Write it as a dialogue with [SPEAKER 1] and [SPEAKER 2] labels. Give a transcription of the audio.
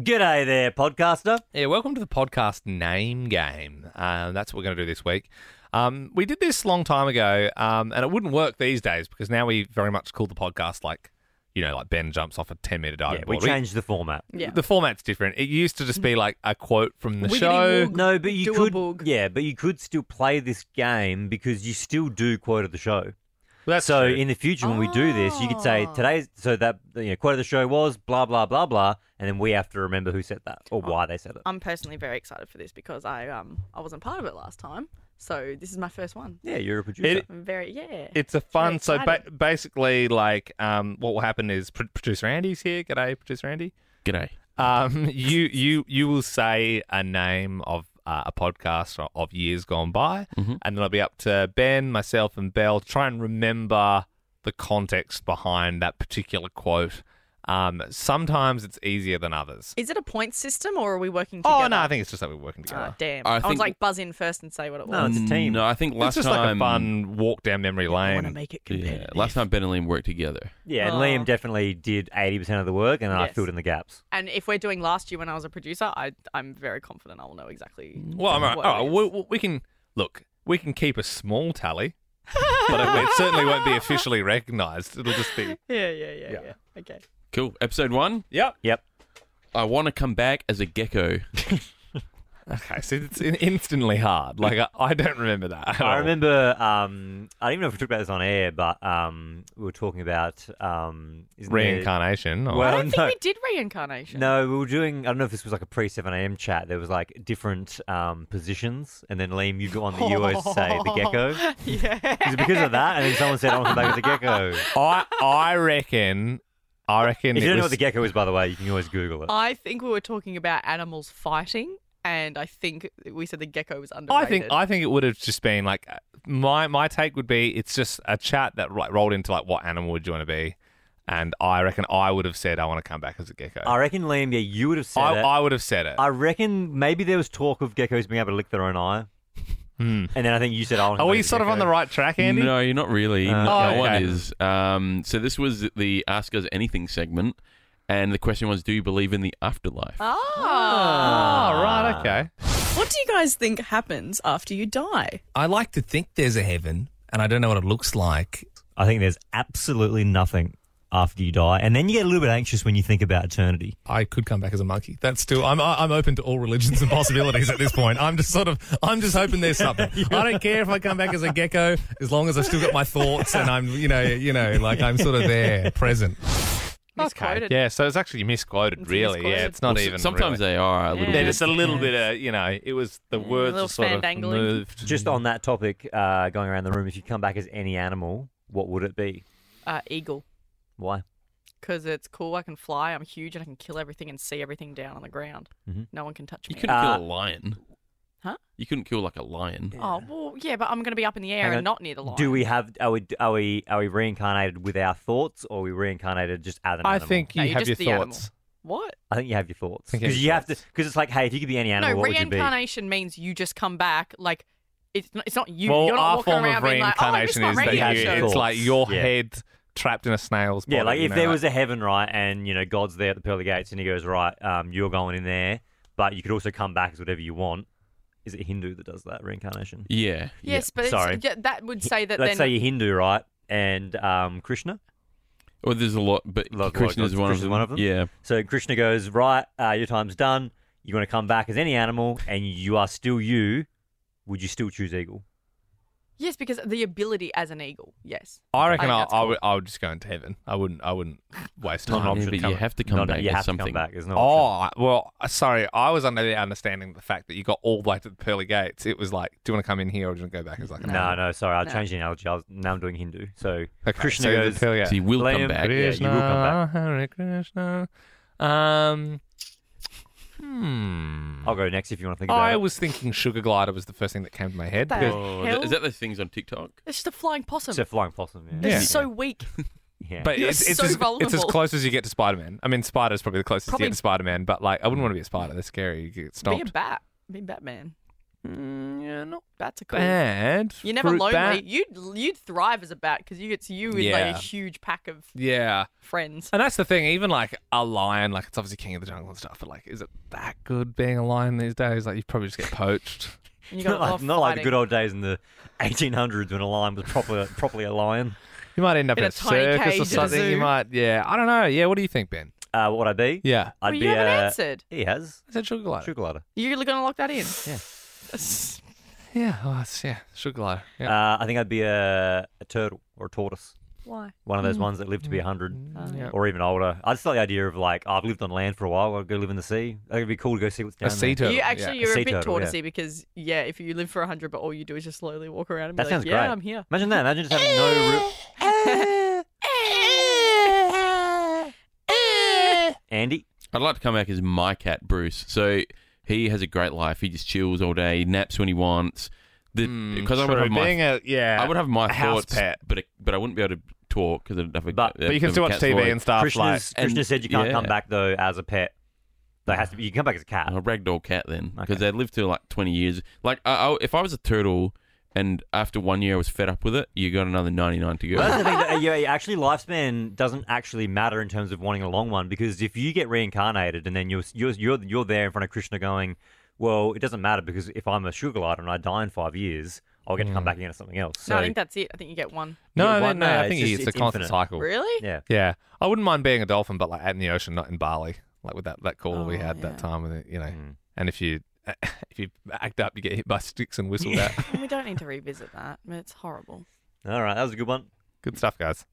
[SPEAKER 1] G'day there, podcaster.
[SPEAKER 2] Yeah, welcome to the podcast name game. Um, that's what we're going to do this week. Um, we did this a long time ago, um, and it wouldn't work these days because now we very much call the podcast like, you know, like Ben jumps off a 10 meter diving
[SPEAKER 1] Yeah, we
[SPEAKER 2] board.
[SPEAKER 1] changed the format.
[SPEAKER 2] We-
[SPEAKER 3] Yeah.
[SPEAKER 2] The format's different. It used to just be like a quote from the
[SPEAKER 3] Wiggity
[SPEAKER 2] show.
[SPEAKER 3] wog.
[SPEAKER 1] No, but you
[SPEAKER 3] Do a
[SPEAKER 1] could,
[SPEAKER 3] bug.
[SPEAKER 1] yeah, but you could still play this game because you still do quote of the show.
[SPEAKER 2] That's
[SPEAKER 1] so
[SPEAKER 2] true.
[SPEAKER 1] in the future, when we do this, you could say
[SPEAKER 3] Oh.
[SPEAKER 1] today's so that you know quote of the show was blah blah blah blah, and then we have to remember who said that or why they said it.
[SPEAKER 3] I'm personally very excited for this because I um I wasn't part of it last time, so this is my first one.
[SPEAKER 1] Yeah, you're a producer.
[SPEAKER 2] It-
[SPEAKER 3] I'm very yeah.
[SPEAKER 2] it's a fun. So ba-
[SPEAKER 3] excited.
[SPEAKER 2] basically, like, um, what will happen is pr- producer Andy's here. G'day, producer Andy.
[SPEAKER 4] G'day.
[SPEAKER 2] Um, you you you will say a name of uh, a podcast o- of years gone by,
[SPEAKER 4] Mm-hmm.
[SPEAKER 2] and then it'll be up to Ben, myself, and Bell to try and remember the context behind that particular quote. Um, sometimes it's easier than others.
[SPEAKER 3] is it a point system or are we working together?
[SPEAKER 2] Oh no, I think it's just that we're working
[SPEAKER 3] Oh,
[SPEAKER 2] together.
[SPEAKER 3] damn.
[SPEAKER 4] I
[SPEAKER 3] I, was
[SPEAKER 4] think-
[SPEAKER 3] like buzz in first and say what it
[SPEAKER 1] No,
[SPEAKER 3] was.
[SPEAKER 1] it's a team.
[SPEAKER 4] Mm, No, I think last
[SPEAKER 2] it's just like a
[SPEAKER 4] time.
[SPEAKER 2] fun walk down memory
[SPEAKER 3] I want to
[SPEAKER 2] lane.
[SPEAKER 3] make it
[SPEAKER 4] Yeah,
[SPEAKER 3] competitive.
[SPEAKER 4] last time Ben and Liam worked together.
[SPEAKER 1] yeah, and
[SPEAKER 3] Oh.
[SPEAKER 1] Liam definitely did eighty percent of the work, and then I
[SPEAKER 3] Yes.
[SPEAKER 1] filled in the gaps.
[SPEAKER 3] And if we're doing last year when I was a producer, I I'm very confident I will know exactly.
[SPEAKER 2] Well, I'm all right.
[SPEAKER 3] what
[SPEAKER 2] All
[SPEAKER 3] it
[SPEAKER 2] right
[SPEAKER 3] is.
[SPEAKER 2] we, we- we can look. We can keep a small tally, but it, it certainly won't be officially recognised. It'll just be
[SPEAKER 3] Yeah, yeah, yeah,
[SPEAKER 2] Yeah.
[SPEAKER 3] yeah. Okay.
[SPEAKER 4] Cool. Episode one.
[SPEAKER 2] yep.
[SPEAKER 1] Yep.
[SPEAKER 4] I want to come back as a gecko.
[SPEAKER 2] Okay, so it's in- instantly hard. Like I, I don't remember that. at
[SPEAKER 1] I
[SPEAKER 2] all.
[SPEAKER 1] remember. Um, I don't even know if we talked about this on air, but um, we were talking about um, isn't there-
[SPEAKER 2] reincarnation. Or,
[SPEAKER 3] I
[SPEAKER 1] Well,
[SPEAKER 3] don't think
[SPEAKER 1] no.
[SPEAKER 3] we did reincarnation.
[SPEAKER 1] No, we were doing. I don't know if this was like a pre seven a.m. chat. There was like different um, positions, and then Liam, you go on that you always say the gecko. Is
[SPEAKER 3] yeah.
[SPEAKER 1] it because of that? And then someone said, "I want to come back as a gecko." If
[SPEAKER 2] I I reckon. I reckon.
[SPEAKER 1] you
[SPEAKER 2] it
[SPEAKER 1] don't know
[SPEAKER 2] was-
[SPEAKER 1] what the gecko is, by the way, you can always Google it.
[SPEAKER 3] I think we were talking about animals fighting, and I think we said the gecko was underrated.
[SPEAKER 2] I think I think it would have just been like uh, my my take would be it's just a chat that ro- rolled into like what animal would you want to be, and I reckon I would have said I want to come back as a gecko.
[SPEAKER 1] I reckon, Liam. Yeah, you would have said
[SPEAKER 2] I,
[SPEAKER 1] it.
[SPEAKER 2] I would have said it.
[SPEAKER 1] I reckon maybe there was talk of geckos being able to lick their own eye. And then I think you said, I want to come
[SPEAKER 2] Hmm. Are
[SPEAKER 1] back
[SPEAKER 2] we
[SPEAKER 1] as a
[SPEAKER 2] sort of on
[SPEAKER 1] gecko.
[SPEAKER 2] the right track, Andy?
[SPEAKER 4] No, you're not really.
[SPEAKER 1] Uh,
[SPEAKER 4] no
[SPEAKER 2] Oh,
[SPEAKER 4] one
[SPEAKER 2] okay.
[SPEAKER 4] is. Um, so this was the Ask Us Anything segment, and the question was, do you believe in the afterlife?
[SPEAKER 3] Ah.
[SPEAKER 2] Oh,
[SPEAKER 5] Uh,
[SPEAKER 2] right, okay.
[SPEAKER 3] What do you guys think happens after you die?
[SPEAKER 5] I like to think there's a heaven, and I don't know what it looks like.
[SPEAKER 1] I think there's absolutely nothing after you die. And then you get a little bit anxious when you think about eternity.
[SPEAKER 5] I could come back as a monkey. That's still I'm I- I'm open to all religions and possibilities at this point. I'm just sort of I'm just hoping there's something. I don't care if I come back as a gecko as long as I've still got my thoughts and I'm you know you know like I'm sort of there present.
[SPEAKER 3] Misquoted.
[SPEAKER 2] Yeah, so it's actually misquoted,
[SPEAKER 3] It's
[SPEAKER 2] really. Yeah,
[SPEAKER 3] misquoted.
[SPEAKER 2] it's not
[SPEAKER 4] Well, s-
[SPEAKER 2] even.
[SPEAKER 4] Sometimes
[SPEAKER 2] really.
[SPEAKER 4] they are a little
[SPEAKER 2] They're
[SPEAKER 4] bit.
[SPEAKER 2] just a little bit of, you know, it was the words
[SPEAKER 3] Mm, little
[SPEAKER 2] were sort of
[SPEAKER 3] fandangling.
[SPEAKER 2] moved.
[SPEAKER 1] Just on that topic, uh, going around the room, if you come back as any animal, what would it be?
[SPEAKER 3] Uh, eagle.
[SPEAKER 1] Why?
[SPEAKER 3] Because it's cool. I can fly. I'm huge, and I can kill everything and see everything down on the ground. No one can touch me.
[SPEAKER 4] you couldn't
[SPEAKER 1] Uh,
[SPEAKER 4] kill a lion.
[SPEAKER 3] Huh?
[SPEAKER 4] You couldn't kill like a lion.
[SPEAKER 3] Oh well, yeah, but I'm going to be up in the air
[SPEAKER 1] Hang on.
[SPEAKER 3] and not near the line.
[SPEAKER 1] Do we have are we are we are we reincarnated with our thoughts, or are we reincarnated just as an
[SPEAKER 2] I
[SPEAKER 1] animal?
[SPEAKER 2] think you
[SPEAKER 3] No, you're
[SPEAKER 2] have
[SPEAKER 3] just
[SPEAKER 2] your
[SPEAKER 3] the animal.
[SPEAKER 2] thoughts.
[SPEAKER 3] What?
[SPEAKER 1] I think you have your thoughts
[SPEAKER 2] Think you have
[SPEAKER 1] because
[SPEAKER 2] your
[SPEAKER 1] you have to because it's like hey, if you could be any animal,
[SPEAKER 3] no,
[SPEAKER 1] what would you be?
[SPEAKER 3] reincarnation means you just come back. Like it's not, it's not you.
[SPEAKER 2] well,
[SPEAKER 3] You're not
[SPEAKER 2] our
[SPEAKER 3] walking
[SPEAKER 2] form
[SPEAKER 3] around
[SPEAKER 2] of
[SPEAKER 3] being like, oh, I missed
[SPEAKER 2] reincarnation
[SPEAKER 3] my
[SPEAKER 2] is
[SPEAKER 3] radio
[SPEAKER 2] that you,
[SPEAKER 3] show.
[SPEAKER 2] it's like your
[SPEAKER 1] Yeah.
[SPEAKER 2] head trapped in a snail's body.
[SPEAKER 1] Yeah, like
[SPEAKER 2] you
[SPEAKER 1] if
[SPEAKER 2] know,
[SPEAKER 1] there was a heaven, right, and you know God's there at the pearly gates, and he goes, right, um, you're going in there, but you could also come back as whatever you want. Is it Hindu that does that reincarnation?
[SPEAKER 4] Yeah.
[SPEAKER 3] Yes, but
[SPEAKER 1] Sorry.
[SPEAKER 3] It's, yeah, that would say that.
[SPEAKER 1] Let's
[SPEAKER 3] then
[SPEAKER 1] say you're Hindu, right, and um, Krishna.
[SPEAKER 4] yeah. Well, there's a lot, but
[SPEAKER 1] Lot- lot-
[SPEAKER 4] Krishna's one,
[SPEAKER 1] Krishna's
[SPEAKER 4] of
[SPEAKER 1] one of them?
[SPEAKER 4] Yeah.
[SPEAKER 1] So Krishna goes, right, uh, your time's done. You're going to come back as any animal, and you are still you. Would you still choose eagle?
[SPEAKER 3] yes, because the ability as an eagle. Yes.
[SPEAKER 2] I reckon
[SPEAKER 3] I
[SPEAKER 2] I,
[SPEAKER 3] think that's
[SPEAKER 2] I, would, I would just go into heaven. I wouldn't. I wouldn't waste
[SPEAKER 4] Yeah,
[SPEAKER 2] time.
[SPEAKER 1] option
[SPEAKER 4] but you
[SPEAKER 1] coming.
[SPEAKER 4] have to come
[SPEAKER 1] no, no,
[SPEAKER 4] back
[SPEAKER 1] Oh, you
[SPEAKER 4] as
[SPEAKER 1] have
[SPEAKER 4] something.
[SPEAKER 1] to come back. There's no option.
[SPEAKER 2] Oh well, uh, sorry. I was under the understanding the fact that you got all the way to the pearly gates. It was like, do you want to come in here or do you want to go back? It's like,
[SPEAKER 1] No, no, sorry, I
[SPEAKER 3] No.
[SPEAKER 1] changed the analogy. I was, now I'm doing Hindu. So
[SPEAKER 2] Okay,
[SPEAKER 1] Krishna
[SPEAKER 2] so the
[SPEAKER 1] goes,
[SPEAKER 2] pearly gates.
[SPEAKER 4] So you will
[SPEAKER 1] Liam,
[SPEAKER 4] come back.
[SPEAKER 1] yeah, you will come back.
[SPEAKER 2] Hare Krishna. Um, hmm.
[SPEAKER 1] I'll go next if you want to think about
[SPEAKER 2] I
[SPEAKER 1] it.
[SPEAKER 2] was thinking sugar glider was the first thing that came to my head.
[SPEAKER 3] What the
[SPEAKER 2] because-
[SPEAKER 4] Oh,
[SPEAKER 3] hell?
[SPEAKER 4] is that the things on TikTok?
[SPEAKER 3] It's just a flying possum.
[SPEAKER 1] It's a flying possum. Yeah.
[SPEAKER 3] They're
[SPEAKER 2] Yeah.
[SPEAKER 3] so weak.
[SPEAKER 1] Yeah.
[SPEAKER 2] But
[SPEAKER 3] You're
[SPEAKER 2] it's, it's,
[SPEAKER 3] so
[SPEAKER 2] as, it's as
[SPEAKER 3] vulnerable.
[SPEAKER 2] close as you get to Spider Man. I mean, Spider's probably the closest
[SPEAKER 3] Probably-
[SPEAKER 2] you get to Spider Man, but like, I wouldn't want to be a spider. They're scary. You get
[SPEAKER 3] Be
[SPEAKER 2] stomped.
[SPEAKER 3] a bat. Be Batman.
[SPEAKER 2] Mm, yeah, not
[SPEAKER 3] Bats are cool.
[SPEAKER 2] bad.
[SPEAKER 3] You're never
[SPEAKER 2] Fruit
[SPEAKER 3] lonely.
[SPEAKER 2] bat.
[SPEAKER 3] You'd you'd thrive as a bat because you it's you with like
[SPEAKER 2] Yeah.
[SPEAKER 3] a huge pack of
[SPEAKER 2] Yeah.
[SPEAKER 3] friends.
[SPEAKER 2] And that's the thing, even like a lion, like it's obviously king of the jungle and stuff, but like, is it that good being a lion these days? Like, you probably just get poached.
[SPEAKER 3] And you
[SPEAKER 1] Not,
[SPEAKER 3] got a lot
[SPEAKER 1] like,
[SPEAKER 3] of
[SPEAKER 1] not like the
[SPEAKER 3] fighting.
[SPEAKER 1] good old days in the 1800s when a lion was properly properly a lion.
[SPEAKER 2] You might end up
[SPEAKER 3] In
[SPEAKER 2] in,
[SPEAKER 3] a
[SPEAKER 2] a,
[SPEAKER 3] tiny
[SPEAKER 2] circus
[SPEAKER 3] cage
[SPEAKER 2] or
[SPEAKER 3] at a
[SPEAKER 2] something. You
[SPEAKER 3] zoo.
[SPEAKER 2] might, yeah. I don't know. Yeah. What do you think, Ben?
[SPEAKER 1] Uh, what would I be?
[SPEAKER 2] Yeah.
[SPEAKER 1] I'd
[SPEAKER 3] well,
[SPEAKER 1] be uh,
[SPEAKER 3] you haven't
[SPEAKER 1] a-
[SPEAKER 3] answered.
[SPEAKER 1] He has
[SPEAKER 2] I said sugar glider.
[SPEAKER 1] sugar glider.
[SPEAKER 3] You're gonna lock that in.
[SPEAKER 1] Yeah.
[SPEAKER 2] Yeah. Oh, it's, yeah. Sugar glider. Yeah.
[SPEAKER 1] Uh, I think I'd be a, a turtle or a tortoise.
[SPEAKER 3] Why?
[SPEAKER 1] One of those ones that live to be 100
[SPEAKER 3] Uh,
[SPEAKER 2] yeah.
[SPEAKER 1] or even older. I just like the idea of like I've lived on land for a while. I'll go live in the sea. I think It'd be cool to go see what's down
[SPEAKER 2] a sea
[SPEAKER 1] there.
[SPEAKER 2] turtle.
[SPEAKER 3] You
[SPEAKER 2] yeah.
[SPEAKER 3] actually
[SPEAKER 1] A
[SPEAKER 3] you're
[SPEAKER 1] sea
[SPEAKER 3] a bit
[SPEAKER 1] turtle, yeah.
[SPEAKER 3] tortoisey because yeah, if you live for hundred but all you do is just slowly walk around and be
[SPEAKER 1] That
[SPEAKER 3] like,
[SPEAKER 1] sounds
[SPEAKER 3] Yeah,
[SPEAKER 1] great.
[SPEAKER 3] I'm here.
[SPEAKER 1] Imagine that. Imagine just having no root. Andy.
[SPEAKER 4] I'd like to come back as my cat, Bruce. So he has a great life. He just chills all day, naps when he wants. The-
[SPEAKER 2] Mm,
[SPEAKER 4] Because I would
[SPEAKER 2] true.
[SPEAKER 4] have my,
[SPEAKER 2] being a yeah,
[SPEAKER 4] I would have my
[SPEAKER 2] a house
[SPEAKER 4] thoughts,
[SPEAKER 2] pet.
[SPEAKER 4] but but I wouldn't be able to talk because I'd have a.
[SPEAKER 1] But-
[SPEAKER 2] but you can
[SPEAKER 4] have
[SPEAKER 2] still
[SPEAKER 4] a
[SPEAKER 2] watch
[SPEAKER 4] cat's
[SPEAKER 2] TV
[SPEAKER 4] voice.
[SPEAKER 2] and stuff. like,
[SPEAKER 1] Krishna's, Krishna
[SPEAKER 4] and-
[SPEAKER 1] said you can't come
[SPEAKER 4] yeah.
[SPEAKER 1] back though as a pet. That has to be. You can come back as a cat.
[SPEAKER 4] a ragdoll cat then because
[SPEAKER 1] Okay.
[SPEAKER 4] they lived till like 20 years like I, I, if i was a turtle and after one year i was fed up with it you got another 99 to
[SPEAKER 1] Well,
[SPEAKER 4] go
[SPEAKER 1] that's the thing. That, uh, yeah, yeah, actually, lifespan doesn't actually matter in terms of wanting a long one because if you get reincarnated and then you're you're you're, you're there in front of Krishna going, well, it doesn't matter because if I'm a sugar glider and I die in five years, I'll get to come back again as something else. So,
[SPEAKER 3] Hmm. No, I think that's it. I think you get one.
[SPEAKER 2] no,
[SPEAKER 1] Yeah,
[SPEAKER 2] I
[SPEAKER 1] why
[SPEAKER 2] mean, no,
[SPEAKER 1] not?
[SPEAKER 2] I think
[SPEAKER 1] It's
[SPEAKER 2] it's,
[SPEAKER 1] just- it's
[SPEAKER 2] a constant
[SPEAKER 1] infinite.
[SPEAKER 2] cycle.
[SPEAKER 3] Really?
[SPEAKER 1] yeah.
[SPEAKER 2] Yeah, I wouldn't mind being a dolphin, but like out in the ocean, not in Bali, like with that that call we
[SPEAKER 3] Oh,
[SPEAKER 2] had
[SPEAKER 3] yeah.
[SPEAKER 2] that time with it, you know.
[SPEAKER 1] Mm.
[SPEAKER 2] And if you if you act up, you get hit by sticks and whistled at.
[SPEAKER 3] And we don't need to revisit that. I mean, it's horrible.
[SPEAKER 1] All right, that was a good one.
[SPEAKER 2] Good stuff, guys.